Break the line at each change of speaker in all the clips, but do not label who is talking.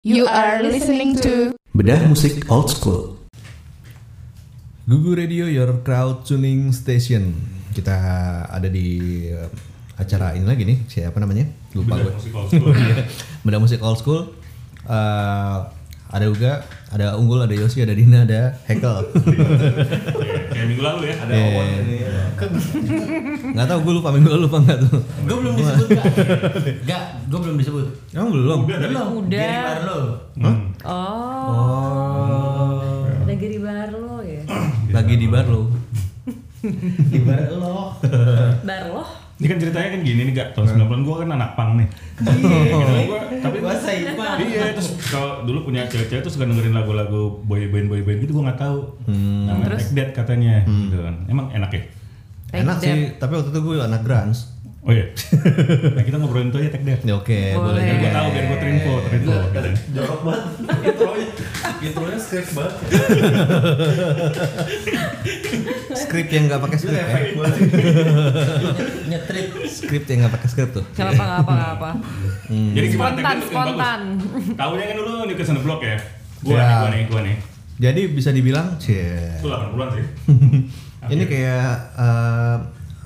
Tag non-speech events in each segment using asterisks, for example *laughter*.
You are listening to
Bedah musik old school.
Gugu Radio Your Crowd Tuning Station. Kita ada di eh, acara ini lagi nih, siapa namanya? Lupa gue. *laughs* Iya, Bedah musik old school. Eh, ada Uga, ada Unggul, ada Yosi, ada Dina, ada Hekel.
*laughs*
Kayak minggu lalu ya ada
Eh, Nggak tahu gue lupa minggu lalu lupa nggak tuh.
Gue belum disebut gak? Gak, gue belum disebut
Emang Oh, belum?
Belum,
Udah.
Gary Barlow
Oh. Ada Giri Barlo ya.
Lagi di bar lo.
Di Barlow
Barlo?
Ini kan ceritanya kan gini nih gak
Nah.
tahun 90-an gue kan anak pang nih. *laughs* Iya. Gua, tapi
Gue Saipan
iya terus kalau dulu punya cewek-cewek terus suka dengerin lagu-lagu boy band boy band gitu gue nggak tahu.
Hmm.
Namanya Take That katanya gitu kan. Emang enak ya?
Take
Enak
that.
sih, tapi waktu itu gue anak grunge.
Oh iya. *laughs* nah, kita ngobrolin itu aja Take That.
Ya, Oke, boleh.
Biar gue
juga.
tahu biar gue terinfo terinfo. gitu.
Jorok banget Intronya Intronya script banget
ya.
Skrip yang nggak pakai skrip ya.
banget Nyetrip
Skrip yang nggak pakai skrip tuh.
Gak apa apa gak apa.
Hmm.
Jadi gimana
Spontan,
Take That itu yang bagus?
spontan.
Tahunya kan dulu New Kids on the Block ya. Gue
Ya.
nih, gue nih, gue nih.
Jadi bisa dibilang, cie.
Itu 80-an sih.
Hmm. Ini kayak eh,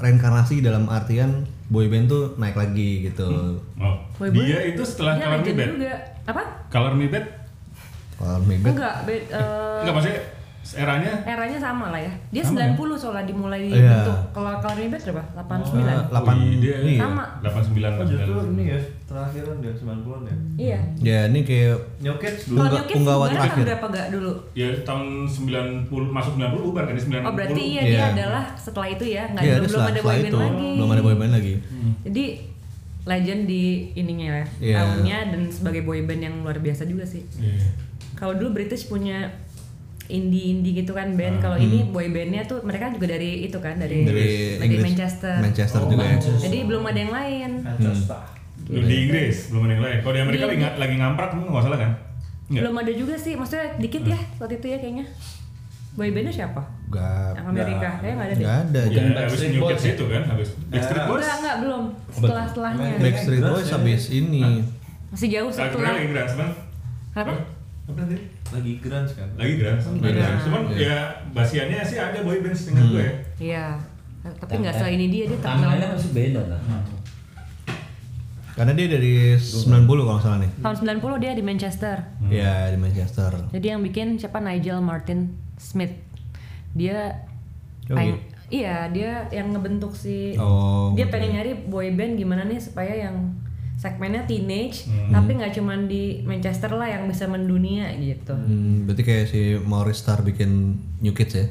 reinkarnasi dalam artian boyband tuh naik lagi
Hmm.
gitu.
Oh.
Boy band.
Dia itu setelah
Dia
Color Me
legend
Bad.
juga. Apa?
Color Me Bad
Kalau Megat
Enggak, bed, eh,
Enggak maksudnya eranya
eranya sama lah ya. Dia
Sama ya?
90 soalnya dimulai
Iya.
dibentuk. Kalau kalau Rebet berapa? 89.
delapan
Wih, dia
iya.
Sama.
89
Oh justru ini ya, terakhiran ya, 90-an ya
Iya.
Ya ini kayak
Nyokets dulu
Kalau
Pungga-
New Kids
punggawa
sebenarnya tahun
terakhir.
berapa gak dulu?
Ya tahun 90 masuk 90 bubar kan di 90.
Oh berarti iya
Iya.
dia adalah setelah itu ya, nggak
ya
belum, belum ada boyband
itu
lagi.
belum ada boyband lagi.
Jadi legend di ininya ya,
Iya.
tahunnya dan sebagai boyband yang luar biasa juga sih.
Iya.
Kalau dulu British punya indie-indie gitu kan band. Kalau ini boy bandnya tuh mereka juga dari itu kan dari
Ah. Hmm. Dari
dari
Inggris-
Manchester.
Manchester juga ya.
Jadi belum ada yang lain.
Manchester
Di Inggris belum ada yang lain. Kalau di Amerika
Iya.
lagi, nga- lagi ngamprak kan enggak salah kan? Enggak.
Belum ada juga sih. Maksudnya dikit ya
Hmm.
waktu itu ya kayaknya. Boy bandnya siapa?
Gak
Yang Amerika. Kayaknya nggak ada deh. Iya.
nggak ada.
Ya,
Jadi
habis
Backstreet
New
Boys
Kids
ya?
itu kan habis Backstreet Boys.
Enggak, enggak belum. Setelah-setelahnya.
Backstreet
Iya.
Grunge
Boys
ya.
habis ini.
Masih jauh
Saat itu lagi
setelah.
Grans kan?
Apa?
Apa tadi? Lagi grunge kan?
Lagi Grans.
Iya.
Cuman ya basiannya sih ada boy band dengan gue ya.
Iya. Tapi nggak
eh,
setelah ini dia dia
Tangannya
terkenal.
masih beda lah
Karena dia dari 90 kalau nggak salah nih.
Tahun 90 dia di Manchester.
Ya di Manchester.
Jadi yang bikin siapa Nigel Martin Smith. Dia
Oh,
peng-
gitu.
iya, dia yang ngebentuk si
Oh,
dia
gitu.
pengen nyari boy band gimana nih supaya yang segmennya teenage tapi nggak cuman di Manchester lah yang bisa mendunia gitu.
Hmm, berarti kayak si Maurice Star bikin New Kids ya?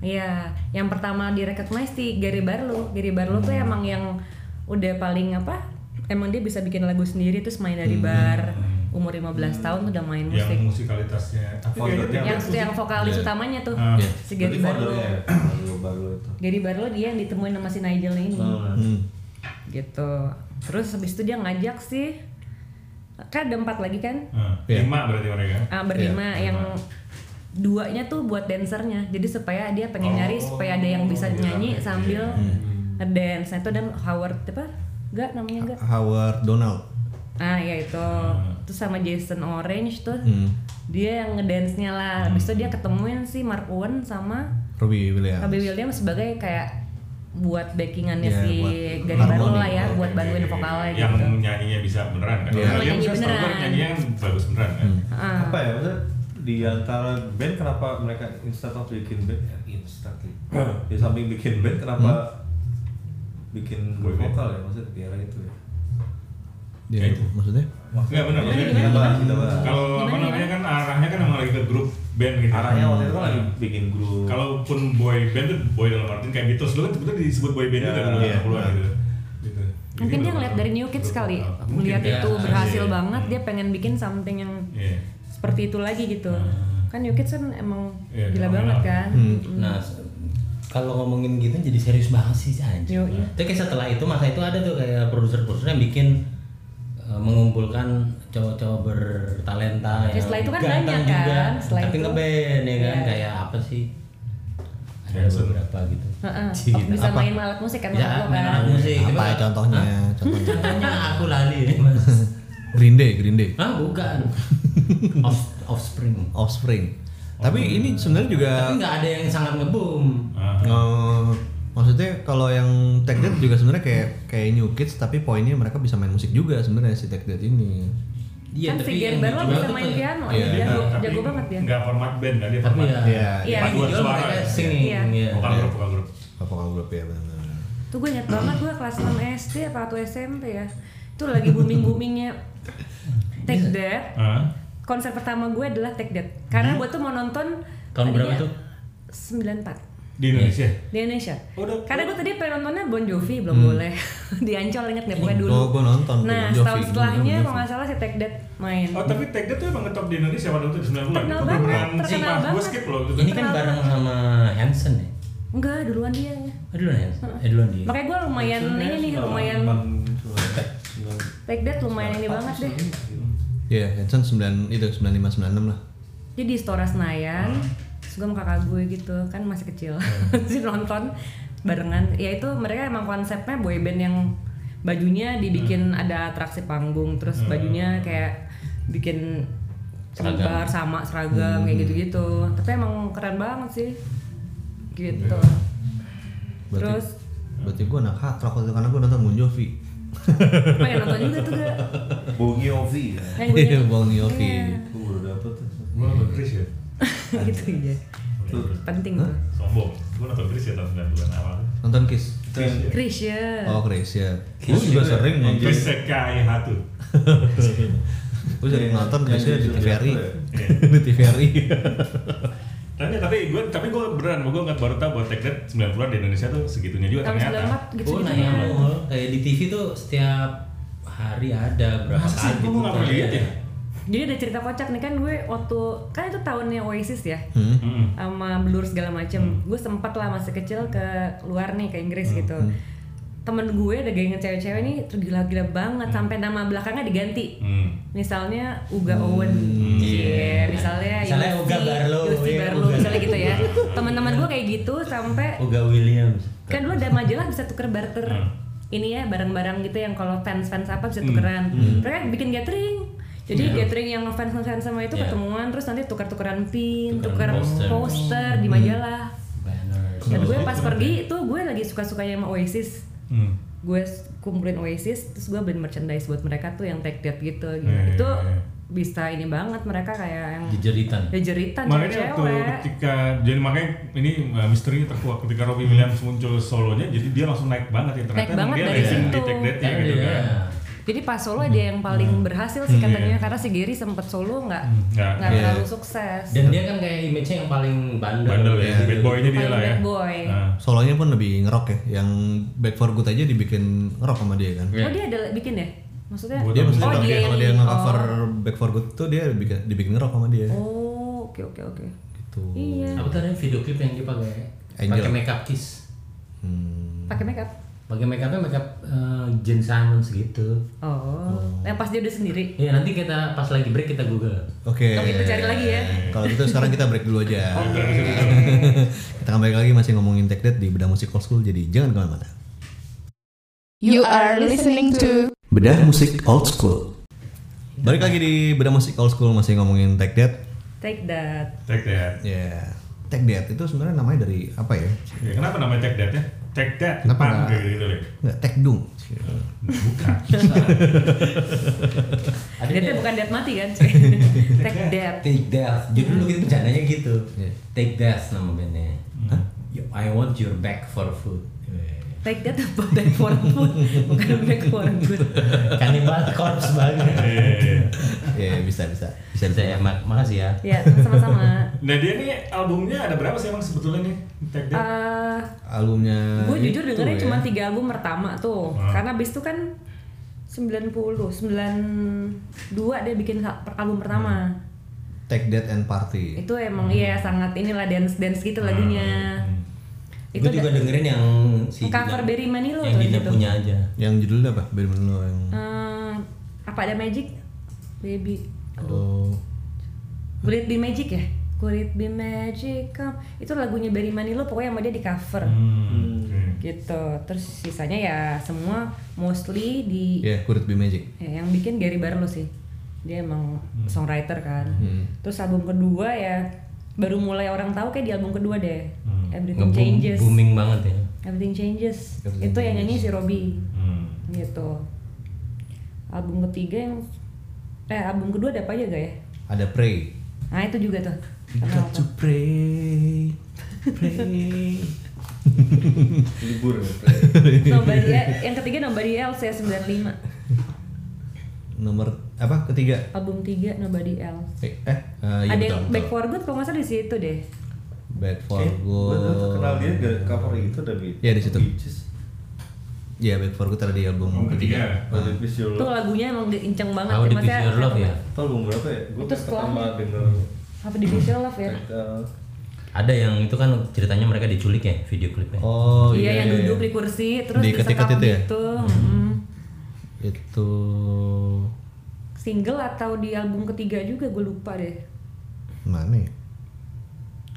Iya, yang pertama direcognize di Gary Barlow. Gary Barlow tuh emang yang udah paling apa? Emang dia bisa bikin lagu sendiri terus main dari bar. Umur 15 tahun udah main
Yang
musik.
musikalitasnya. Tapi kayaknya
Foldernya
dia-
Yang yang vokalis utamanya tuh.
Ah.
Iya.
Si Gary Barlow.
ya, Hmm. baru baru itu
Gary Barlow Nah, dia yang ditemuin sama si Nigel ini
Hmm.
gitu terus habis itu dia ngajak sih kan ada empat lagi kan
Ah,
Iya.
Lima berarti mereka.
Ah, berlima yang duanya tuh buat dansernya jadi supaya dia pengen nyari supaya ada yang bisa nyanyi sambil ngedance nah itu dan Howard apa enggak namanya Iya, enggak
Howard Donald.
ah ya itu terus sama Jason Orange tuh
Hmm.
dia yang ngedance nya lah habis itu dia ketemuin si Mark Owen sama
Robbie Williams.
Robbie Williams sebagai kayak buat backingannya
Iya,
si
buat
Gary Barlow
harmoni.
lah
Iya,
ya, buat bantuin vokalnya
yang
gitu.
nyanyinya bisa beneran kan.
Iya.
Kalau dia
Nyanyi
bisa
beneran.
stalker, nyanyinya yang bagus beneran kan.
Hmm.
Ah,
Apa ya, maksudnya di antara band kenapa mereka instead of bikin band ya, instantly Di samping bikin band kenapa bikin boy
Boy band.
vokal ya, maksudnya di era itu ya
Dia,
Kayak itu.
maksudnya?
Enggak benar maksudnya.
Kita bahas, kita bahas
Kalau apa
Gimana,
namanya kan arahnya kan emang lagi ke grup band gitu.
Arahnya waktu itu kan lagi bikin grup
Kalaupun boy band tuh boy dalam artian kayak Beatles dulu kan sebetulnya disebut boy band juga kan
Iya,
yeah. keluar gitu. Gitu.
Mungkin dia
Jadi bener-bener
ngeliat dari New Kids
grup
kali,
lokal. Mungkin
melihat
ya.
itu berhasil
Iya.
banget, dia pengen bikin something yang
Iya.
seperti itu lagi gitu. Kan New Kids kan emang
Iya,
gila
fenomenal.
banget kan.
Nah se- kalau ngomongin gitu jadi serius banget sih anjir.
Yoi.
Tapi kayak setelah itu masa itu ada tuh kayak produser-produser yang bikin eh, mengumpulkan cowok-cowok bertalenta
Ya, setelah itu kan banyak
ganteng juga,
kan, setelah
tapi
itu.
ngeband ya kan
Iya.
kayak apa sih ada
Dancer.
beberapa gitu
Heeh.
Cih, gitu.
Ah, Bisa
Apa?
main alat musik kan
ya,
menurut lo
main
kan.
alat musik
Apa ya
Coba-
contohnya? Contohnya.
Contohnya aku lali mas
Green Day, Green Day.
Hah, bukan. Off, offspring.
Offspring. Tapi ini sebenarnya juga
Tapi nggak ada yang sangat ngeboom.
eh, maksudnya kalau yang Tech Dead juga sebenarnya kayak kayak New Kids tapi poinnya mereka bisa main musik juga sebenarnya si Tech Dead ini.
Iya,
kan si
tapi
Gary
yang
Barlow
dijual
bisa
tuh
main
kayak-
piano,
Iya,
ya, jago,
Tapi
jago banget dia.
Nggak format band kan dia
Tapi
format.
ya,
Iya,
iya.
yang dijual
Suara. gitu.
mereka singing.
Iya.
Iya.
Vokal grup, vokal grup.
Vokal grup ya benar-benar.
Tuh gue ingat banget gue kelas 6 SD apa atau SMP ya. Itu lagi booming-boomingnya Take That.
Hah?
Konser pertama gue adalah Take That.
Hmm?
Karena gue tuh mau nonton
Tahun berapa
tadinya
tuh?
94
Di Indonesia.
di Indonesia.
Oh, Udah.
Karena gue tadi pengen nontonnya Bon Jovi belum boleh *laughs* di Ancol inget deh pokoknya dulu.
Oh, Hmm. gua nonton tuh,
Nah,
Bon Jovi.
setahun
Gua
setelahnya
nonton Bon
kalau nggak salah si Take That main.
Oh tapi Take That tuh emang ngetop di Indonesia waktu itu di 90-an
Terkenal
Itu
banget,
beneran
terkenal
sih, Pak. Gue
banget.
skip loh itu
Ini kan bareng sama Hanson ya.
Enggak, duluan dia. ya.
Eh, duluan Hanson. Eh, duluan dia.
Makanya gue lumayan ini nih lumayan
gitu ya.
Take That lumayan ini banget deh.
gitu.
Iya, Hanson 9 itu 95 96 lah.
Jadi di Stora Senayan, terus gue sama kakak gue gitu kan masih kecil,
Hmm.
*laughs* sih nonton barengan. Ya itu mereka emang konsepnya boyband yang bajunya dibikin
Hmm.
ada atraksi panggung, terus bajunya kayak bikin sebar sama seragam
Hmm.
kayak gitu-gitu. Tapi emang keren banget sih, gitu.
Iya. Berarti,
Terus
berarti gue anak hard rock waktu itu, karena gue nonton Bon Jovi.
pengen nonton juga tuh
*laughs*
gak?
Bongi Ovi ya.
Yang gue
Iya, Bon Jovi.
Iya.
Gue baru dapet tuh.
Gue nonton Chris ya
gitu aja. Penting tuh.
Sombong Gue nonton Chris ya tahun 90-an awal
Nonton Kiss.
Chris ya.
Oh, Chris ya. Gue
Kiss
juga
juga.
sering nonton.
Chris Sekai Hatu
Gue sering
Iya,
nonton
yang
biasanya di
jujur
TVRI.
jatuh
ya.
*laughs* Di TVRI.
Tapi tapi gue tapi gue beneran gue nggak baru tahu bahwa Take That 90-an di Indonesia tuh segitunya juga
Tahun
ternyata.
94 gitu
Oh,
gitu.
nanya mulu. Kayak di TV tuh setiap hari ada berapa
Masa sih?
kali. gitu.
Gua nggak pernah lihat ya.
Jadi ada cerita kocak nih kan gue waktu kan itu tahunnya Oasis ya.
Hmm.
Hmm.
Mm-mm.
Sama Blur segala macem Gue sempet lah masih kecil ke luar nih ke Inggris
Hmm,
gitu. Temen gue ada geng cewek-cewek nih tergila-gila banget
Hmm.
sampai nama belakangnya diganti.
Hmm.
Misalnya Uga Owen, Iya, misalnya,
Hmm, Misalnya
Yosi-
Uga Barlow,
Yosi
iya,
Barlow,
Uga.
misalnya gitu ya.
*laughs*
Teman-teman gue kayak gitu sampai
Uga Williams.
kan dulu ada majalah bisa tuker barter ini ya barang-barang gitu yang kalau fans-fans apa bisa tukeran mereka bikin gathering jadi gathering yang fans-fans sama itu
Iya.
ketemuan terus nanti tukar-tukaran pin tukar
Tukeran
poster,
poster. Hmm. Iya.
di majalah
Banner.
dan Ya, gue pas pergi tuh gue lagi suka-sukanya sama Oasis
Hmm.
gue s- kumpulin Oasis terus gue beli merchandise buat mereka tuh yang tag that gitu, gitu.
Iya, iya,
itu
iya.
bisa ini banget mereka kayak yang
Jejeritan.
Ya, jeritan
Makanya waktu
cewek
ketika jadi makanya ini uh, misteri terkuak ketika Robbie Williams muncul solonya jadi dia langsung naik banget ya ternyata
Naik
emang
banget
dia
dari
legend
situ.
di Take That ya
Karena
gitu
dia-
kan.
Jadi pas solo dia yang paling berhasil sih katanya karena si Giri sempet solo nggak
nggak.
nggak
Iya.
terlalu sukses.
Dan dia kan kayak image-nya yang paling bandel. Gitu. Iya.
Bandel ya, bad boy-nya dia
Paling
lah ya.
bad boy.
Nah.
Solonya pun lebih ngerok ya. Yang Back for Good aja dibikin ngerok sama dia kan.
Iya.
Oh dia ada bikin ya? Maksudnya?
Buat
Dia
Oh,
mesti
oh
kalau dia, kalau dia
yang-
nge-cover Back for Good tuh dia dibikin, dibikin ngerok sama dia.
Oh oke oke oke.
Gitu.
Iya.
Apa tadi video klip yang dia pakai?
Angel.
Pakai makeup kiss.
Hmm.
Pakai makeup.
Pakai makeupnya makeup eh, Jen Simons gitu.
Oh. Yang pas dia udah sendiri.
Iya nanti kita pas lagi break kita google.
Oke.
Oke kita cari lagi ya.
Kalau gitu sekarang kita break dulu
*laughs*
aja. kita akan balik lagi masih ngomongin Tech Dead di Bedah Musik Old School. Jadi jangan kemana-mana.
You are listening to
Bedah musik old school.
Balik lagi di Bedah Musik Old School masih ngomongin Tech Dead.
Take that.
Take That.
Ya. Tech Dead itu sebenarnya namanya dari apa ya?
Ya, kenapa namanya Take That ya? Take That.
Kenapa
Pang,
nggak-
kayak gitu deh.
Enggak, Tech Dung.
Bukan.
Ada
Deadnya
nggak?
bukan dead mati kan? *laughs* Take that.
Take Death. Jadi dulu gitu rencananya gitu. Take Death nama bandnya. Hah? You- I want your back for food. *laughs*
Take that apa back for good? *laughs* Bukan back for good.
Kanibal corpse banget.
Ya, bisa bisa.
*laughs* Bisa bisa ya, Mak. Makasih ya.
Ya sama-sama.
Nah dia nih albumnya ada berapa sih emang sebetulnya nih Take That?
Eh,
Albumnya
gue jujur
itu
dengernya
ya. Ah.
cuma tiga album pertama tuh karena abis itu kan 90 92 dia bikin ha- per- album pertama
Hmm. Tech Dead and Party.
itu emang iya sangat inilah dance dance gitu
Ah,
lagunya
hmm.
itu
Gue juga
ada-
dengerin yang si
cover
Dina-
Barry Manilow
Yang
tuh
Dina
gitu.
punya aja.
Yang judulnya apa? Biar lo yang
eh, apa ada magic baby
Oh.
Will it be magic ya Could it be magic come? Itu lagunya Barry Manilow pokoknya sama dia di cover.
Hmm. oke.
gitu terus sisanya ya semua mostly di
Ya, Could It Be Magic.
ya, yang bikin Gary Barlow sih dia emang songwriter kan terus album kedua ya baru mulai orang tahu kayak di album kedua deh Everything
Nge-boom-
Changes
booming banget ya.
Everything Changes
Everything
itu yang nyanyi si Robby
Hmm.
gitu album ketiga yang eh album kedua ada apa aja gak ya
Ada Pray.
nah itu juga tuh
You
Sama
got
apa?
to pray, pray.
libur ya.
Nobody El- yang ketiga Nobody Else ya 95
Nomor apa? Ketiga.
album 3 Nobody Else
Eh, eh uh, iya
ada
betul,
yang
betul.
Back for Good kalau nggak salah di situ deh
Bad for
Eh,
Good.
gua tuh kenal dia dari cover itu dari
Iya, di situ.
Beaches.
Iya, Bad for Good ada di album
Album
ketiga.
ketiga.
Oh, The Beach Your
itu
Love.
lagunya emang di- inceng banget
How
sih,
Deep
maksudnya-
Is Your Love ya?
Itu album berapa ya? Gue
Itu setelah-
pertama denger
apa di Visual Love ya
Tekal.
Ada yang itu kan ceritanya mereka diculik ya video klipnya.
Oh
iya,
iya.
yang
iya,
duduk
iya.
di kursi terus
Diketik-ketik
disekap
itu ya?
gitu. Mm.
Itu
single atau di album ketiga juga gue lupa deh
mana ya?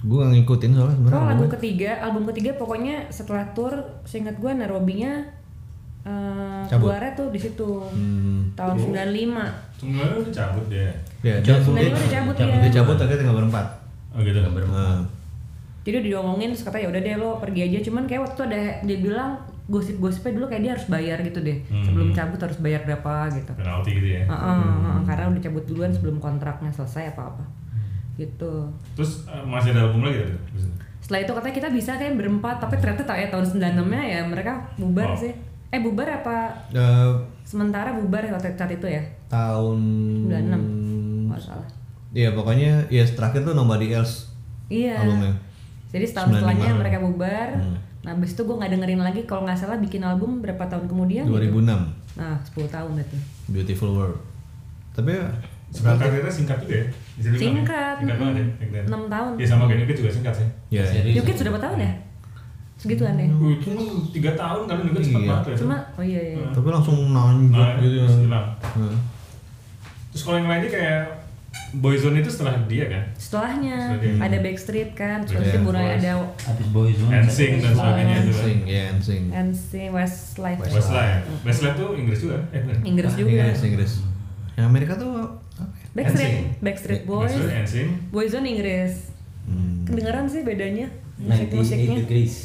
Gue gak ngikutin soalnya sebenarnya.
kalau Oh, lagu
albumnya.
ketiga album ketiga pokoknya setelah tour seingat gue Narobinya eh
Cabut.
keluarnya tuh di situ
Hmm.
tahun 95
Sebenarnya udah cabut deh.
Ya, dia,
Cabut.
Sebenarnya
dia,
udah cabut ya.
Cabut,
dia.
dia cabut akhirnya tinggal berempat.
Oh gitu.
Gambar
Nah,
Jadi udah diomongin terus katanya ya udah deh lo pergi aja. Cuman kayak waktu itu ada dia bilang gosip-gosipnya dulu kayak dia harus bayar gitu deh. Sebelum cabut harus bayar berapa gitu.
Penalti gitu ya.
Heeh, heeh, karena udah cabut duluan sebelum kontraknya selesai apa apa. Gitu.
Terus eh, masih ada album lagi gitu.
Setelah itu katanya kita bisa kayak berempat, tapi ternyata tak ya tahun 96-nya ya mereka bubar
Oh.
sih. Eh bubar apa
eh,
sementara bubar ya waktu saat itu ya?
tahun Hmm.
96. Enggak salah.
Iya pokoknya ya terakhir tuh Nobody Else
Iya.
albumnya. Hmm.
Jadi setahun setelahnya
95.
mereka bubar. Nah, abis itu gue nggak dengerin lagi kalau nggak salah bikin album berapa tahun kemudian? gitu.
2006
Nah, 10 tahun berarti.
Beautiful World. Tapi ya,
Sebenarnya karirnya singkat juga ya. Bisa dibilang.
Singkat,
Singkat banget ya.
mm,
Back then.
enam tahun.
Ya sama kayak Nugget juga singkat sih.
ya,
Serius.
Yukit sudah berapa tahun ya? Segitu aneh.
Wih, cuma Uh, tiga tahun kali Nugget cepat
Iya.
banget ya.
Cuma oh iya iya.
tapi langsung nanjak
Nah,
gitu ya.
terus hilang.
Heeh.
Terus kalau yang lainnya kayak Boyzone itu setelah dia kan.
Setelahnya
Setelah dia.
ada Backstreet kan, terus
Iya,
yeah, mulai
Boys.
ada
Abis boys
Dancing dan sebagainya itu kan.
Sing, ya, sing.
NC Westlife. Hmm.
Westlife. Westlife tuh Inggris juga. Eh bukan.
Inggris juga.
Ah, Inggris, Inggris. Yang Amerika tuh apa ya?
Backstreet,
NSYNC.
Backstreet Boys,
Westlife Dancing.
Boyzone Inggris.
Hmm.
Kedengeran sih bedanya musik-musiknya.
98 degrees.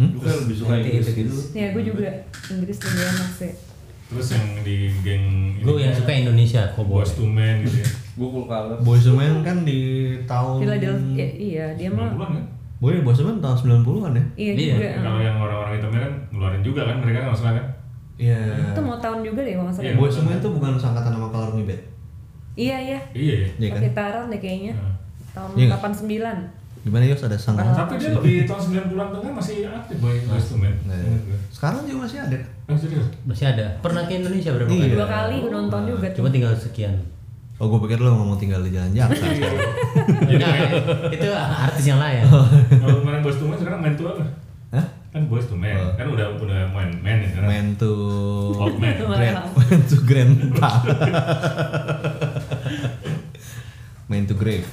Hmm?
Gue kan lebih suka
Nanti
Inggris
itu
gitu.
Ya, gue juga Inggris lebih enak sih.
Terus yang di geng ini,
Gue yang suka Indonesia,
Boys
Cowboys.
to Men gitu ya.
Gue cool color.
Boyz II Men kan di tahun
Philadelphia, ya, iya dia mah.
90-an kan?
Boy Boyz II Men tahun 90-an ya.
Iya
Iya.
juga.
Ya, Kalau yang orang-orang hitamnya kan ngeluarin juga kan mereka kan masalah kan.
Iya.
Itu mau tahun juga deh kalau nggak salah.
Iya.
Boyz II Men tuh bukan sangkatan sama Color Me Bad.
Iya iya.
Iya ya.
Iya kan?
Sekitaran deh kayaknya.
Nah.
Tahun
Iya nggak?
89.
Gimana Yos ada sangkatan?
Tapi dia lebih tahun 90-an tengah masih aktif boy Boys to Men. Iya,
Nah,
Menurut gue.
sekarang juga masih ada.
Oh serius?
Masih ada. Pernah ke Indonesia berapa
Iya.
kali?
dua kali gue nonton juga tuh.
Cuma tinggal sekian.
Oh, gue pikir lo ngomong tinggal di jalan Jakarta.
Iya,
*laughs* Iya.
Nah, itu artis yang lain.
Oh.
Kalau kemarin Boys to Men sekarang main tua apa?
Hah?
Kan Boys to Men kan udah udah main men ya sekarang.
Man to
Old man.
grand, man to
*laughs*
grandpa. man to grave.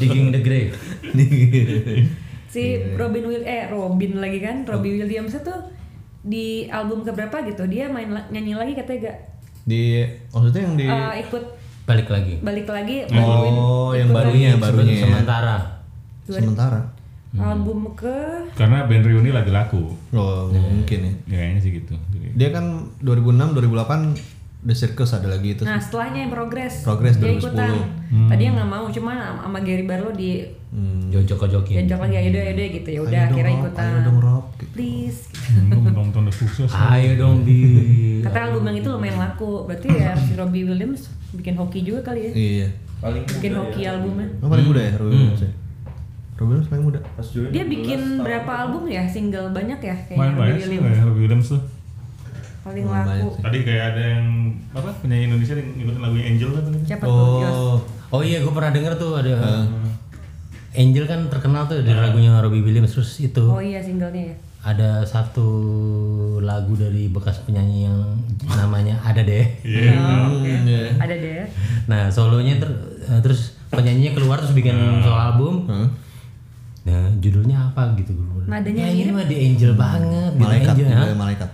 Digging the grave.
Iya,
Si Robin Will eh Robin lagi kan,
Oh.
Robin Williams tuh di album keberapa gitu dia main la- nyanyi lagi katanya gak
di maksudnya yang di
eh, ikut
Balik lagi.
balik lagi bantuin
Iya. Oh, yang
ikut
barunya,
lagi.
barunya ya.
Sementara.
Sementara. Hmm.
album ke
Karena band reuni lagi laku.
Oh,
Iya.
mungkin ya.
Ya kayaknya sih gitu. Jadi-
Dia kan 2006 2008 The Circus ada lagi itu.
nah setelahnya yang progress
Progress
dia
2010.
ikutan
Hmm.
tadi yang nggak mau cuma sama Gary Barlow di
Jojok-jojokin.
diajak lagi ayo deh ayo deh gitu ya udah
Ayo dong,
akhirnya
Rob,
ikutan
ayo dong, Rob, gitu.
please gitu.
Lu nonton The Fuxus.
Ayo dong bi.
kata album yang itu lumayan laku berarti ya si Robbie Williams bikin hoki juga kali ya
Iya.
Paling
bikin
muda
hoki
Iya.
ya.
albumnya
Lo paling muda ya,
Hmm.
Robin Williams ya? Robin Williams paling muda.
Pas join
Dia
16
bikin
tahun.
berapa album ya? Single banyak ya kayaknya
Main banyak
Robbie
sih
Williams.
ya, Robbie Williams tuh.
Paling
Main
laku.
banyak sih.
Tadi kayak ada yang apa penyanyi Indonesia yang ngikutin lagunya Angel kan tadi.
Siapa tuh? Yos?
Oh,
Oh iya, gue pernah denger tuh ada Angel kan terkenal tuh dari lagunya Robbie Williams terus itu
Oh iya singlenya ya.
ada satu lagu dari bekas penyanyi yang namanya ada deh.
Hmm,
Oh, oke.
iya.
Ada deh.
Hmm.
Nah solonya ter- eh, terus penyanyinya keluar terus bikin solo album. Nah, judulnya apa gitu gue. bilang.
Nadanya
Ya, ini
mirip.
mah The Angel banget, The
malaikat
Angel,
juga
ya.
ha?
malaikat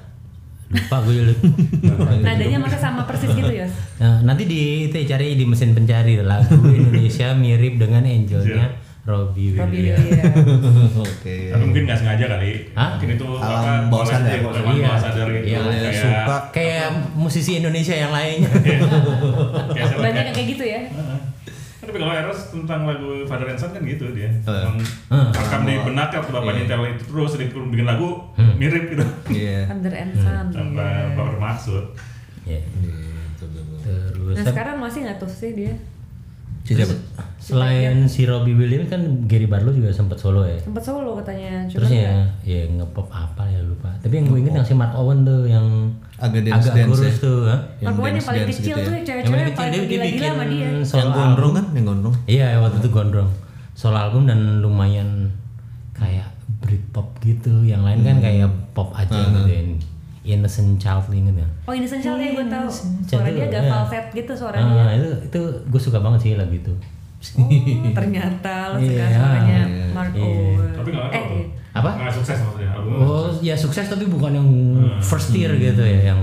Lupa gue
*laughs*
lupa.
Nadanya makanya sama persis gitu ya.
Nah, nanti di itu ya, cari di mesin pencari lagu
*laughs*
Indonesia mirip dengan angelnya
Iya.
Robbie
Iya.
Robbie
Williams.
Williams. Hmm.
oke iya.
Tapi mungkin nggak sengaja kali.
Hah?
Mungkin itu
Alam
apa,
bawah
koleksi,
sadar.
alam
Iya.
bawah sadar gitu.
Iya,
Kayak-
suka
Kayak musisi Indonesia yang
*laughs*
lainnya.
Iya,
kayak saya
Banyak
pakai-
yang kayak gitu ya.
Heeh. Tapi kalau Eros tentang lagu Father and Son kan gitu dia.
Heeh.
Emang
Heeh.
Rekam di benak waktu bapak
Iya.
nyetel itu terus dikurung bikin lagu
Hmm.
mirip
*laughs*
gitu.
iya
Under and Sun.
Tanpa
iya.
bapak bermaksud.
Iya. Terus kan
Nah
tapi
sekarang masih nggak tuh sih dia?
siapa
selain si Robbie Williams kan Gary Barlow juga sempat solo ya.
Tempat solo katanya.
Terus
Cuman
ya, ya ngepop apa ya lupa. Tapi yang gue inget yang si Mark Owen tuh yang
Agak
agak
dance-dance
kurus
ya.
tuh. ha?
Yang Kan yang
dance-
paling
dance
kecil
gitu ya.
tuh ya
Yang
cewek-cewek
paling
yang
kecil dia,
paling
dia
gila-gila
bikin
sama dia.
solo
yang gondrong kan yang gondrong
Iya, waktu itu gondrong. Solo album dan lumayan kayak Britpop gitu. Yang lain
Hmm.
kan kayak pop aja gitu. yang Innocent Child inget ya.
Oh ini Sunshine yang gue tahu. Suara
Sunshine
dia
dulu,
agak
ya.
falset gitu suaranya.
Ah, itu itu gue suka banget sih lagu itu.
Oh, ternyata lo suka
Iya,
suaranya
iya,
Mark
iya.
Owen.
Tapi nggak
Eh,
tahu. tuh.
Apa?
Nggak sukses maksudnya albumnya.
Oh, ya sukses tapi bukan yang first tier gitu ya yang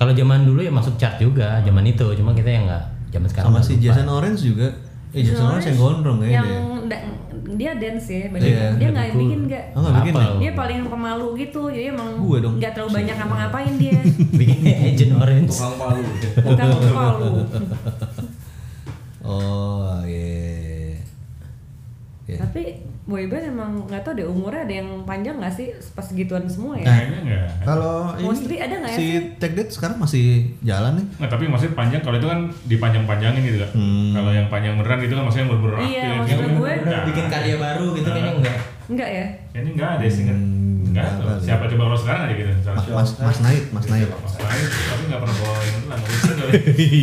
kalau zaman dulu ya masuk chart juga zaman itu cuma kita yang nggak zaman sekarang
sama
nggak
si
lupa.
Jason Orange juga eh Jason Orange yang
Oh,
gondrong ya
yang
dia
da- dia dance ya, banyak.
Iya,
dia nggak bikin nggak.
Oh, nggak bikin
Apa
ya?
lo?
Dia Iya, paling pemalu gitu, jadi emang
Gua dong.
nggak terlalu banyak ngapa-ngapain
*laughs*
dia.
bikin Agent Orange.
Tukang
*laughs*
palu.
Bukan pemalu.
oh iya Iya.
Tapi boyband emang nggak tau deh umurnya ada yang panjang nggak sih pas gituan semua ya?
Kayaknya nggak.
Kalau
Mostly
ini
ada nggak ya
si Tech Dead sekarang masih jalan nih.
Nggak, Nah, tapi maksudnya panjang kalau itu kan dipanjang-panjangin gitu kan.
Hmm.
Kalau yang panjang beneran itu kan maksudnya yang bener-bener
Iya,
aktif.
maksud
Kayaknya
gue.
nggak.
bikin karya baru gitu kayaknya enggak.
Enggak ya?
Kayaknya nggak ada sih kan. Nggak
Hmm, nggak
tahu.
kali.
Siapa coba kalau sekarang aja gitu. misalnya.
Mas Mas, mas Naik, Mas Naik.
Mas Naik, tapi nggak pernah bawain lah. nggak bisa
*laughs*
kali.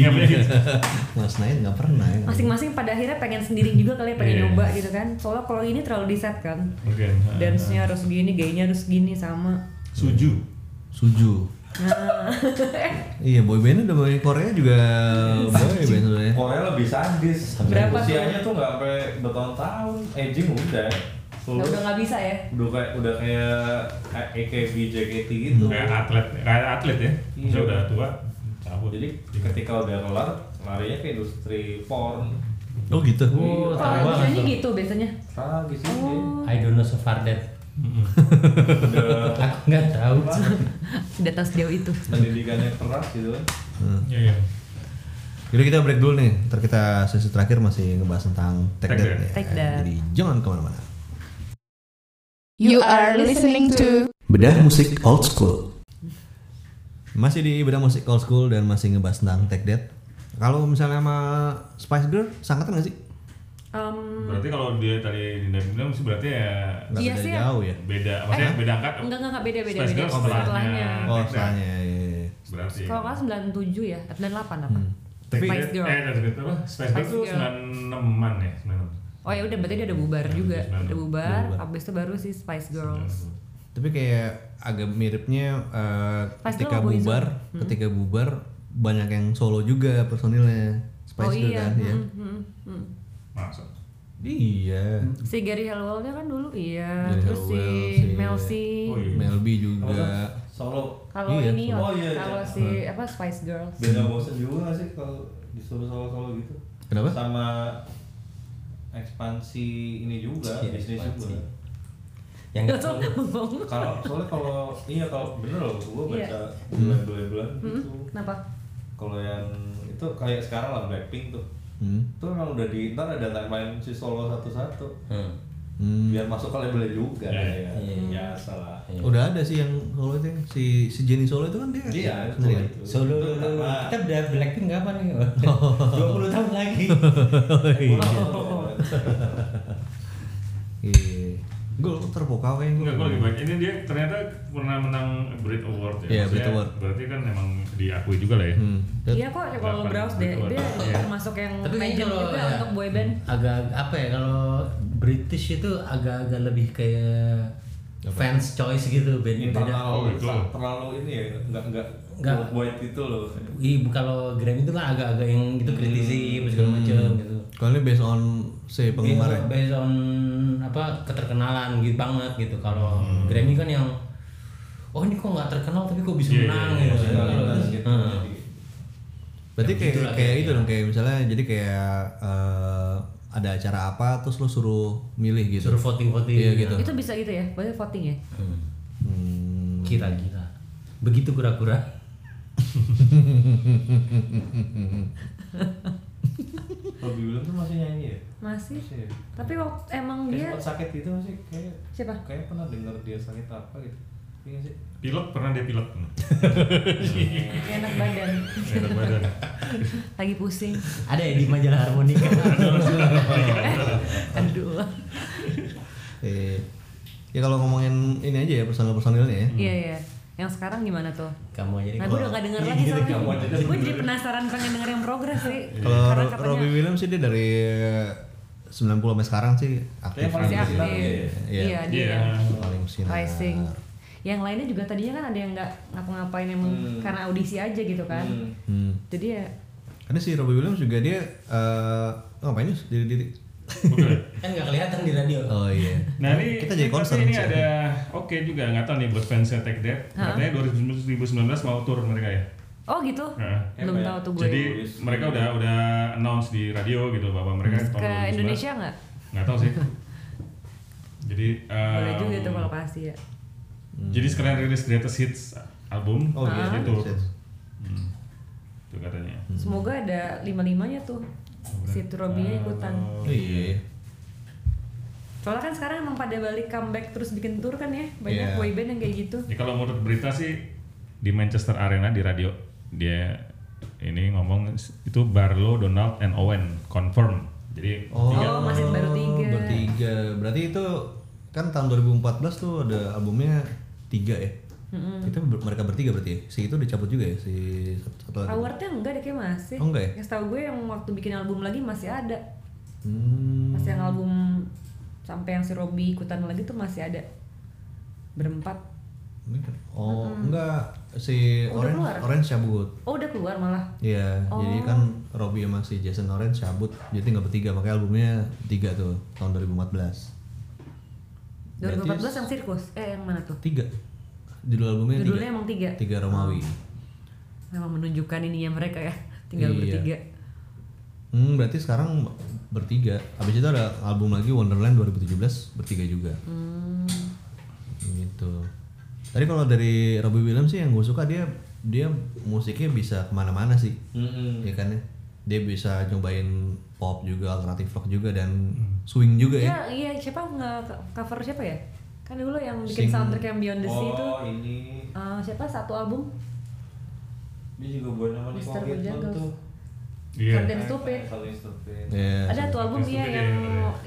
Nggak punya gitu.
Mas Naik nggak pernah ya.
Masing-masing pada akhirnya pengen sendiri juga kali ya, pengen
Iya.
nyoba gitu kan. Soalnya kalau ini terlalu di set kan.
Mungkin. Nah,
Dance-nya harus gini, gayanya harus gini sama.
Suju.
Suju. iya boybandnya udah boy Korea juga boyband sebenarnya.
Korea lebih sadis.
Berapa tuh?
Usianya tuh nggak sampai bertahun-tahun. Aging udah.
Nah,
Lulus.
udah nggak bisa ya?
udah kayak udah kayak AKB JKT gitu.
Kayak atlet, kayak atlet ya. Maksudnya udah tua. Cabut.
Jadi ketika udah kelar larinya ke industri porn.
Oh gitu.
Kalau
Oh, tahu banget.
biasanya gitu biasanya.
Tragis
Oh.
sih.
I don't know so far that.
Udah
Aku nggak tahu.
Tidak tahu sejauh itu.
pendidikannya keras gitu kan.
Iya, iya.
Jadi kita break dulu nih. Ntar kita sesi terakhir masih ngebahas tentang Tech
Tech
Dead.
Dead.
ya.
Tech Dead.
Jadi jangan kemana-mana.
You are listening to
Bedah musik old school.
Masih di bidang musik old school dan masih ngebahas tentang Tech Dead. Kalau misalnya sama Spice Girl, sangkatan nggak sih?
Um,
Berarti kalau dia tadi Dinda bilang sih berarti ya
Nggak
Iya
beda
sih.
jauh ya.
beda. Maksudnya
Eh?
beda angkat.
enggak enggak enggak beda beda
Spice
beda
Girls
setelahnya.
setelahnya.
Oh,
Tech Dead.
soalnya iya, iya.
Berarti.
Kalau nggak sembilan tujuh ya, sembilan delapan apa?
Tapi
Spice Girl.
Eh, Spice Girl apa? Spice Girl
Spice
tuh
Girl.
96-an ya, 96.
Oh ya udah berarti dia udah bubar juga,
Sembilan.
udah bubar. Abis itu baru si Spice Girls.
Tapi kayak agak miripnya eh,
Spice Girl
ketika
apa Boyzone?
bubar, ketika bubar banyak yang solo juga personilnya Spice
Oh
Girl
iya.
kan ya.
hmm, hmm, hmm.
Masuk.
Iya.
Si Gary Halwell-nya kan dulu iya,
Gary
terus si
Halwell, si-
Mel C.
Oh iya.
Mel B juga.
Solo
Kalau
Iya.
ini
Oh, iya,
kalau
iya.
si apa Spice Girls.
beda bosen juga gak sih kalau disuruh solo-solo gitu.
Kenapa?
Sama ekspansi ini juga,
Iya,
bisnis
ekspansi.
juga.
*laughs*
Yang nggak tahu.
Bengong.
Kalau soalnya kalau iya kalau bener loh, gua
Iya. Hmm.
baca bulan-bulan gitu.
Kenapa?
Kalau yang itu kayak sekarang lah Blackpink tuh.
Hmm.
Itu memang udah di ntar ada timeline si solo satu-satu.
Hmm.
Hmm.
Biar masuk ke label juga
Iya,
ya.
iya.
Ya salah.
Iya.
Udah ada sih yang solo itu yang si si Jenny solo itu kan dia.
Iya, itu
sendiri.
itu.
Solo
Itu pertama.
kita udah Blackpink kapan
*laughs*
nih? 20 tahun lagi.
Oh,
Iya.
Iya,
Iya. Gue terpokau kayaknya
Enggak, gue
gua.
lagi baca. Ini dia ternyata pernah menang Brit Award
Iya,
ya. Maksudnya
Brit Award.
Berarti kan emang diakui juga lah ya.
Hmm. Dan-
Iya kok kalau
Delapan.
browse deh, dia
Iya.
termasuk yang
Tapi kayaknya
legend
kalau
juga
ya,
untuk boyband.
agak apa ya kalau British itu agak-agak lebih kayak fans choice gitu band beda.
internal
gitu.
terlalu ini ya nggak nggak
Nggak.
buat itu loh
Hmm.
Ibu kalau Grammy itu kan agak-agak yang gitu kritisi apa segala macam gitu.
Soalnya based on si ya.
ya?
Based-
penggemarnya.
based on apa keterkenalan gitu banget gitu kalau
Hmm.
Grammy kan yang oh ini kok nggak terkenal tapi kok bisa
Iya,
menang
iya,
gitu
Nah,
Kalau-
nah, gitu.
Heeh.
Jadi,
Berarti
Ya,
kayak
gitulah
kayak
kayaknya.
itu dong kayak misalnya jadi kayak eh, ada acara apa terus lu suruh milih gitu.
suruh voting voting
Iya gitu.
Itu bisa gitu ya, boleh voting ya.
kira-kira begitu kura-kura *laughs*
Robby Williams tuh masih nyanyi ya?
Masih.
Masih ya?
Tapi waktu emang
Kayak
dia
sempat sakit gitu masih kayak
siapa?
kayak pernah dengar dia sakit apa gitu. Iya nggak sih?
Pilek pernah dia pilek.
Nggak Enak badan.
Enak
*laughs*
badan.
Lagi pusing.
ada ya di majalah harmonika
*laughs*
Aduh.
Eh, ya kalau ngomongin ini aja ya personil-personilnya ya.
Iya iya. Yang sekarang gimana tuh?
kamu aja
Nah, gue udah gak denger
Iya,
lagi
*laughs*
soalnya. Gue jadi penasaran pengen denger yang progres sih.
Kalau
Karena
Ro-
katanya
Robbie Williams sih dia dari 90 sampai sekarang sih aktif.
Dia paling
masih aktif.
Iya.
Iya, dia.
Iya.
Paling sinar.
Rising. Yang lainnya juga tadinya kan ada yang nggak ngapa-ngapain emang karena audisi aja gitu kan.
Hmm.
Jadi ya
Karena si Robbie Williams juga dia eh ngapain sih diri diri.
Bukan.
kan nggak kelihatan di radio
Oh iya.
Nah ini
kita jadi
tapi
concern
ini
sih.
ada oke juga nggak tahu nih buat fansnya Tech Dead. Katanya 2019 mau tour mereka ya.
oh gitu.
Heeh.
Belum tahu tuh gue.
Jadi mereka udah udah announce di radio gitu bahwa mereka tahun
ya? ke
2019.
Indonesia nggak?
Nggak tahu sih. jadi eh,
Boleh juga tuh kalau pasti ya.
Hmm.
Jadi sekalian rilis greatest hits album
Oh, iya,
itu.
greatest hits.
Hmm. Itu katanya.
Semoga ada lima-limanya tuh. Si Robinya ikutan.
Iya.
Soalnya kan sekarang emang pada balik comeback terus bikin tour kan ya. Banyak
Iya.
boyband yang kayak gitu.
Ya kalau menurut berita sih di Manchester Arena di radio dia ini ngomong itu Barlow, Donald, and Owen confirm. Jadi tiga.
Oh, masih baru tiga.
Bertiga. Berarti itu kan tahun 2014 tuh ada albumnya tiga ya. Itu ber- mereka bertiga berarti ya. Si itu dicabut juga ya si satu satu lagi.
Awardnya enggak deh kayak masih.
Iya. Oh, enggak ya?
Yang setahu gue yang waktu bikin album lagi masih ada.
Hmm.
Masih yang album sampai yang si Robby ikutan lagi tuh masih ada. Berempat.
Ini kan- Oh, enggak si
Udah
Orange
keluar?
Orange cabut.
Oh udah keluar malah.
Iya, jadi kan Robbie sama si Jason Orange cabut, jadi tinggal bertiga, makanya albumnya tiga tuh tahun 2014.
2014
Berarti
yang sirkus. Eh yang mana tuh?
Tiga, judul albumnya
Judulnya
tiga.
emang Oh. tiga.
Tiga Romawi.
Memang menunjukkan ininya mereka ya. Tinggal
Iya.
bertiga.
Hmm, berarti sekarang bertiga. Abis itu ada album lagi Wonderland 2017 bertiga juga.
Hmm.
Gitu. Tadi kalau dari Robbie Williams sih yang gue suka dia dia musiknya bisa kemana-mana sih. Iya kan ya. Dia bisa nyobain pop juga, alternatif rock juga dan swing juga ya.
Ya, iya siapa nggak cover siapa ya? Kan dulu yang bikin soundtrack yang Beyond the Sea itu
Oh, ini
eh, siapa satu album?
dia juga buat nama
Mr.
nih komitmen
Bojangles.
tuh.
Iya.
Something Stupid.
Kalau Stupid.
Iya. Ya.
Ada tuh album iya yang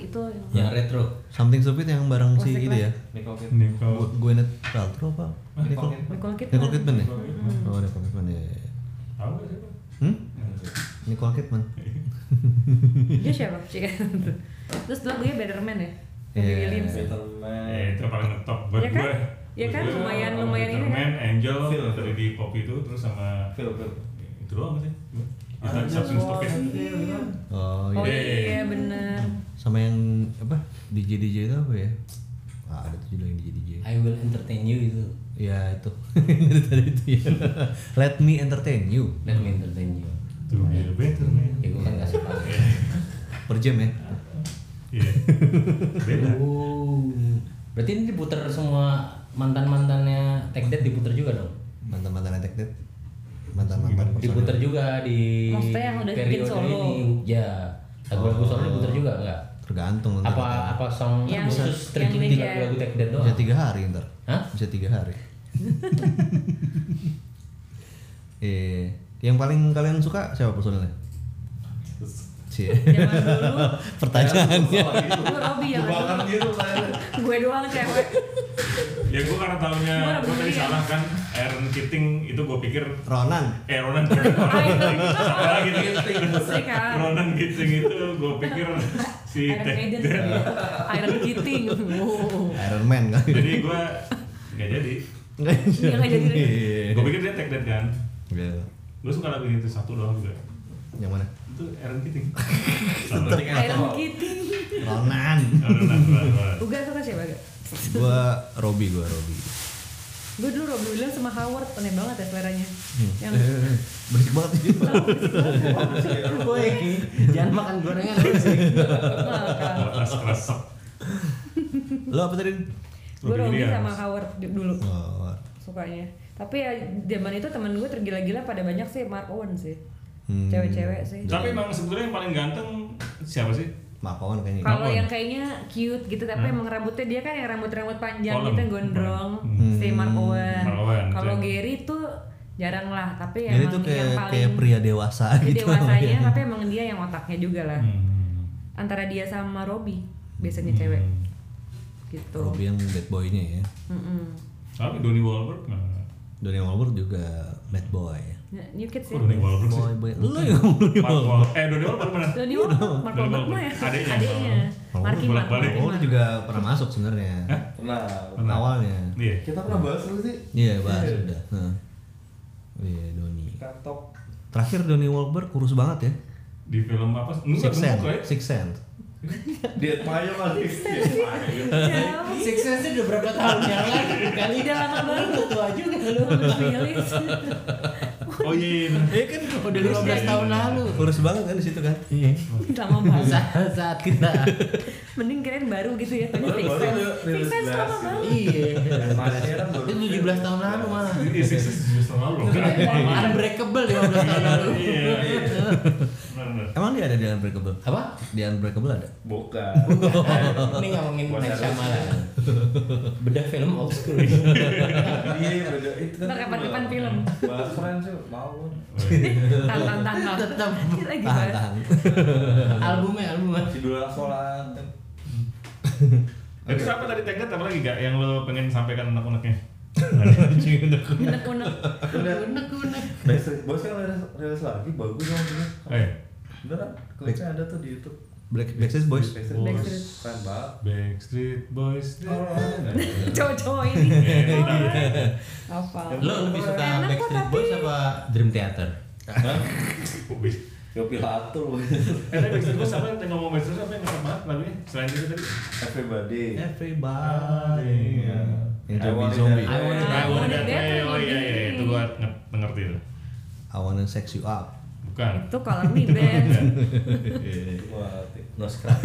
itu yang
yang retro
Something Stupid yang bareng si
Musik
itu
lah.
ya.
Nicole Kidman.
Nih kalau
Gu- Gwyneth Paltrow apa? Nicole
Nicole Kidman.
Nicole Kidman ya? Oh, Nicole Kidman ya. ya, ya.
tahu nggak sih, Bang?
Hmm? Nicole Kidman.
Dia siapa? Cik. *laughs* Terus lagunya Betterman ya? Robbie
Iya.
Williams.
Betterman.
Eh, itu paling top buat
Iya kan?
gue.
Iya kan? Lumayan- lumayan ini kan?
Superman, Angel,
Feel.
dari di pop itu terus sama
Phil, Phil.
itu doang sih. Kita Something Stupid.
Iya,
Oh,
Oh
iya.
iya bener.
Sama yang apa? DJ DJ itu apa ya? Ah, ada tuh judul yang DJ DJ.
I will entertain you itu
Ya itu. *laughs* Itu tadi itu ya. Let me entertain you.
let me Nah, entertain you
To be a better man.
ya gue kan nggak suka
Per jam ya.
Iya. Beda.
Wow. Oh. berarti ini diputer semua mantan mantannya Tech Dead diputer juga dong
Mantan-mantan Attack Dead. Mantan-mantan personil.
diputer juga di
Maksudnya yang udah bikin
periode
solo.
ini ya lagu-lagu solo diputer juga nggak
Tergantung ntar
apa
kita.
apa song
Yang-
khusus
yang
terjun
ini
di
aja.
lagu-lagu Tech Dead
Bisa
doang
tiga hari ntar.
Hah?
Bisa tiga hari. *laughs* eh, yang paling kalian suka siapa personilnya?
*laughs*
Cie.
Zaman dulu Iya.
Pertanyaannya.
gitu.
Lu Robby yang
Jebakan gitu lah.
ya, Gue doang cewek.
Ya gue karena tahunya
Gua ya.
gue tadi
Robbie
salah kan Aaron Keating itu gue
*laughs*
pikir
Ronan.
eh Ronan Keating. Salah lagi nih.
Sih, kan?
Ronan Keating itu gue pikir si
Iron
Tech
Maiden.
Dead.
Iron Keating. Wow.
Iron Man kan.
Jadi
*laughs*
gue nggak jadi.
Iya, nggak jadi.
Iya.
Gue pikir dia Tech Dead kan.
Iya.
Gue suka lagu itu satu doang juga.
Yang mana?
itu Aaron Keating.
Aaron Keating.
Ronan.
Aaron, Aaron, Aaron.
Uga suka siapa gak?
gua Robi, gua Robi.
Gue dulu Rob Williams sama Howard aneh banget ya seleranya. Yang
*laughs* Berisik banget.
Woi, *laughs* jangan makan gorengan lu sih.
Buat keras keras.
Lo apa tadi?
gue
Robin
Robi
Williams.
sama Howard du- dulu
Oh,
sukanya. Tapi ya zaman itu temen gue tergila-gila pada banyak sih Mark Owen sih.
Hmm.
Cewek-cewek sih.
Tapi emang sebetulnya yang paling ganteng siapa sih?
Makawan kayaknya.
Kalau yang kayaknya cute gitu, tapi emang rambutnya dia kan yang rambut-rambut panjang
Colin.
gitu yang gondrong, Hmm. si Mark Owen.
Hmm. Mark Owen,
Kalau
betul.
Gary tuh jarang lah, tapi
Jadi
Iya, emang yang
tuh kayak
paling
kayak pria dewasa
dia
gitu. *laughs*
dewasanya, tapi emang dia yang otaknya juga lah.
Hmm.
Antara dia sama Robby biasanya cewek
Hmm.
gitu.
Robi yang bad boy-nya ya.
Mm-mm.
Tapi Donnie Wahlberg nggak.
Donnie Wahlberg juga bad boy.
Nah, New Kids ya.
Kok Donnie Wahlberg sih?
Boy boy. Lo yang Donnie
Mark
Wahlberg.
Wahlberg. Eh Donnie Wahlberg mana?
Donnie Wahlberg, Mark
Donnie
Wahlberg mah ya. *laughs*
Wahlberg. Adiknya.
Adiknya.
Wahlberg
Marky Mark.
bolak-balik.
Marky
Wahlberg
Mark.
juga pernah masuk sebenarnya.
Nah,
Awalnya.
Iya.
kita pernah bahas dulu sih
Iya, bahas udah. Heeh. Iya, Donnie.
kantok
Terakhir Donnie Wahlberg kurus banget ya.
Di film apa?
Six
Enggak
Sense.
gemuk, ya?
Six Sense.
dia payah kali
*laughs*
Deadmaya.
Jauh.
Suksesnya udah berapa tahun yang lalu kali
Udah lama banget
Udah tua juga lu.
Rilis. *laughs*
Oh iya. iya, bener.
Iya kan
Udah 15 tahun lalu.
kurus banget kan di situ kan. Iya.
Lama banget.
Saat, saat kita
Mending keren baru gitu ya. Tadi
Baru-
Six
baru
Sense.
dia
Six
rilis
Sense lama
bahas.
banget.
iya.
Masnya kan baru-
Itu 17 tahun lalu malah.
Iya Six Sense justru lalu.
Unbreakable 15 tahun lalu.
Iya. iya. Bener, bener.
Emang dia ada di Unbreakable?
Apa?
Di Unbreakable ada?
bukan
Eh, Ini ngomongin
Buat
Next
harus.
Shyamala. Bedah film obscure.
iya beda itu kan
Ntar kapan-kapan film.
bahas keren sih mau
Tahan, tahan, tahan, tahan.
Tetep.
Ini lagi
Tahan,
bahas.
tahan.
Albumnya albumnya.
judul sholat
Jadi apa tadi tagline apa lagi gak yang lo pengen sampaikan unek-uneknya?
Unek-unek.
Unek-unek.
Backstreet Boys kan rilis, rilis lagi bagus dong ini
Eh,
beneran klipnya ada tuh di YouTube
Black Backstreet Boys.
Backstreet
Backstreet.
Boys keren banget
Backstreet Boys.
Cowok-cowok ini.
Eh, bentar.
Apa?
Lo lebih suka
Enak kok,
Backstreet
tapi-
Boys apa Dream Theater?
Yo pilatul
Eh, tadi Backstreet Boys apa yang ngomong Backstreet Boys apa yang keren banget lagunya? Selain itu tadi.
everybody
Everybody. Yang
I
zombie
want it
zombie.
that-
I
wanna
wanna
wanna
get
get
that
Oh iya iya
Nah, lagi.
itu gua nge- ngerti itu.
I wanna sex you *laughs* up.
Bukan.
*laughs* Itu kalau me
*laughs*
band.
Iya.
Gua hati.
Noscraft.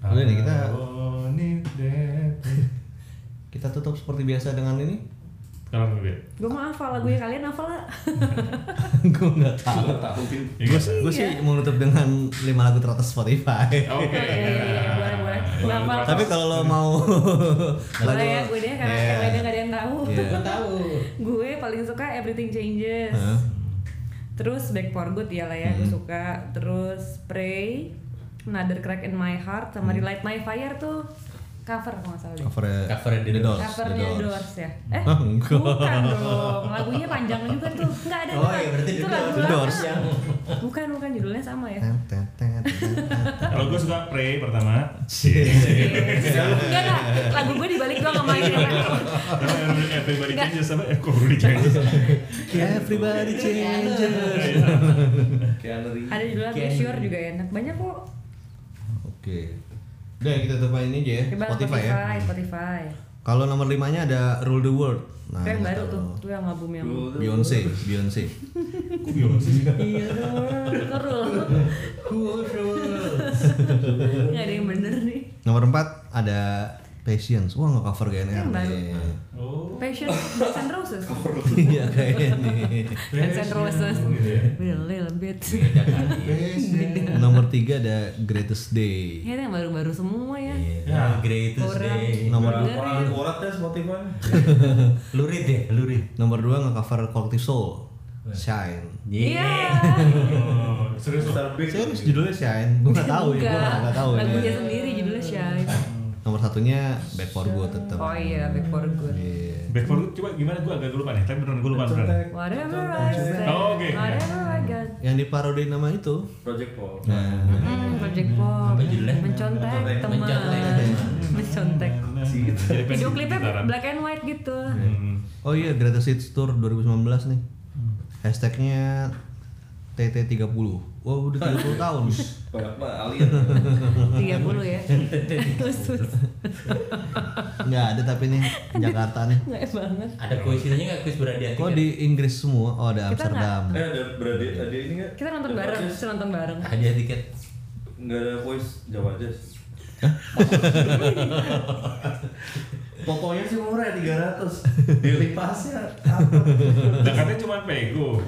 Udah nih, kita-
I want it that way.
Kita tutup seperti biasa dengan ini. *laughs*
Kalau gue.
Gue mau hafal lagunya kalian hafal lah.
Gue nggak tahu.
Gua tahu Bin.
Ya gue
Gue sih
Iya.
mau nutup dengan lima lagu teratas Spotify.
*laughs* Oke.
Oke, iya, boleh, boleh. Gua hafal.
Tapi kalau lo mau
Boleh ya gue deh karena yang lainnya gak ada yang tahu.
Iya.
Gak tahu.
gue paling suka Everything Changes.
Hah?
Terus Back for Good ya lah ya, gue
Mm-hmm.
suka. Terus Pray, Another Crack in My Heart, sama Relight My Fire tuh cover kalau nggak salah deh.
Mm-hmm. cover
Cover The
The Doors.
Covernya
The
Doors.
Doors. *laughs*
ya? Eh,
Ah, enggak.
bukan dong. Lagunya panjang juga tuh. Enggak ada.
Oh
bukan.
iya berarti
itu
The
lagu
Doors.
lama.
Doors.
Bukan, bukan judulnya sama ya.
Ten, ten, ten, ten, ten.
Kalau gue suka Pray pertama.
Iya, Enggak, enggak. Lagu gue dibalik doang sama ini.
Sama Every- Everybody Changes sama eh kok Everybody Changes.
Everybody changes.
Keanu Reeves.
Ada judulnya
Ken.
Be Sure juga enak. Banyak kok.
Oke. Udah kita tutup ini aja ya.
Coba
Spotify ya.
Spotify, Spotify.
Kalau nomor limanya ada Rule the World. Nah,
Itu yang
nggak
baru
tahu.
tuh, tuh yang album yang
Beyonce, Beyonce.
Kok Beyonce sih?
Iya dong, itu rule. Nggak ada yang bener nih.
Nomor 4 ada Patience. Wah, nggak cover GNR
Yang baru.
nih.
Oh.
Passion Guns N' Roses.
Iya kayaknya nih.
Guns N' Roses.
Gitu ya.
Real, little bit.
Beda kali.
Patience. Nomor 3 ada Greatest Day.
Ini yang baru-baru semua ya.
Iya, greatest
Orang.
day.
Nomor
Bener
Orang
ya.
korat ya Spotify.
Lurid ya,
Iya,
lurid.
nomor 2 nggak cover Collective Soul. Shine.
Iya.
Oh, Serius
Mr.
loh.
Big.
Serius judulnya Shine. Gue nggak tahu ya, gue
Enggak.
nggak tahu.
Lagunya
ini.
sendiri judulnya Shine.
Nomor satunya Back for Good tetap.
Oh iya, Back for Good.
Iya.
Back for Good coba gimana gue agak lupa nih. Tapi beneran gue lupa beneran.
Whatever I say,
Oh, oke.
whatever I got.
Yang diparodi nama itu. Nah.
Project Paul.
Iya.
Hmm, Project Pop.
Apa judulnya?
Mencontek teman.
Mencontek.
Mencontek.
Jadi pensi
Video klipnya
gitaran.
black and white gitu.
Hmm.
Oh iya, Greatest Hits Tour 2019 nih. Hashtagnya TT30. Wah, udah *laughs* 30 tahun.
banyak banget alien
30 ya. Terus terus.
Nggak ada tapi nih Jakarta nih.
Nggak banget.
Ada kuisinya nggak kuis berhadiah tiket?
Kok di Inggris semua? Oh, ada
Kita nggak-
Amsterdam.
eh ada berarti tadi ini nggak
Kita nonton bareng, kita nonton bareng.
Hadiah tiket.
nggak ada voice Jawa aja sih. Pokoknya sih murah 300 Dilipasnya apa?
Dan katanya cuma pego.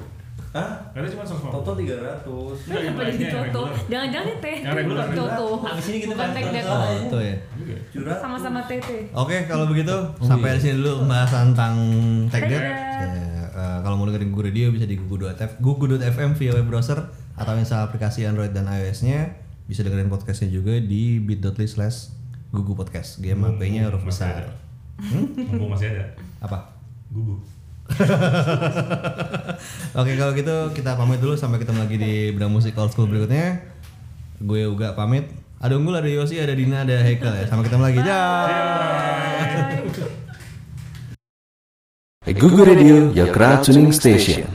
Hah?
Katanya cuma sosok.
Toto 300
Kan
yang
Iya,
kenapa jadi
lainnya, yang
Toto?
reguler.
Jangan-jangan ini teh
Yang reguler, reguler.
Toto.
Abis ini kita
Bukan
bahas
tek dek.
Toto.
Oh, itu ya.
Curhat
Sama-sama Tete.
Oke, kalau begitu sampai di sini dulu pembahasan tentang tech debt.
Tech debt.
Ya, eh, kalau mau dengerin Gugu Radio bisa di gugu.fm, gugu.fm via web browser atau install aplikasi Android dan iOS-nya. Bisa dengerin podcastnya juga di bit.ly slash gugu podcast. GMAP-nya huruf
Masih ada.
besar.
Mumpung masih ada.
Apa?
Gugu.
Oke, kalau gitu kita pamit dulu sampai ketemu lagi di Bram Musik Old School berikutnya. Gue Uga pamit. Ada Unggul, ada Yosi, ada Dina, ada Hekel ya. Sampai ketemu lagi. Dah.
Gugu Radio, your crowd tuning station.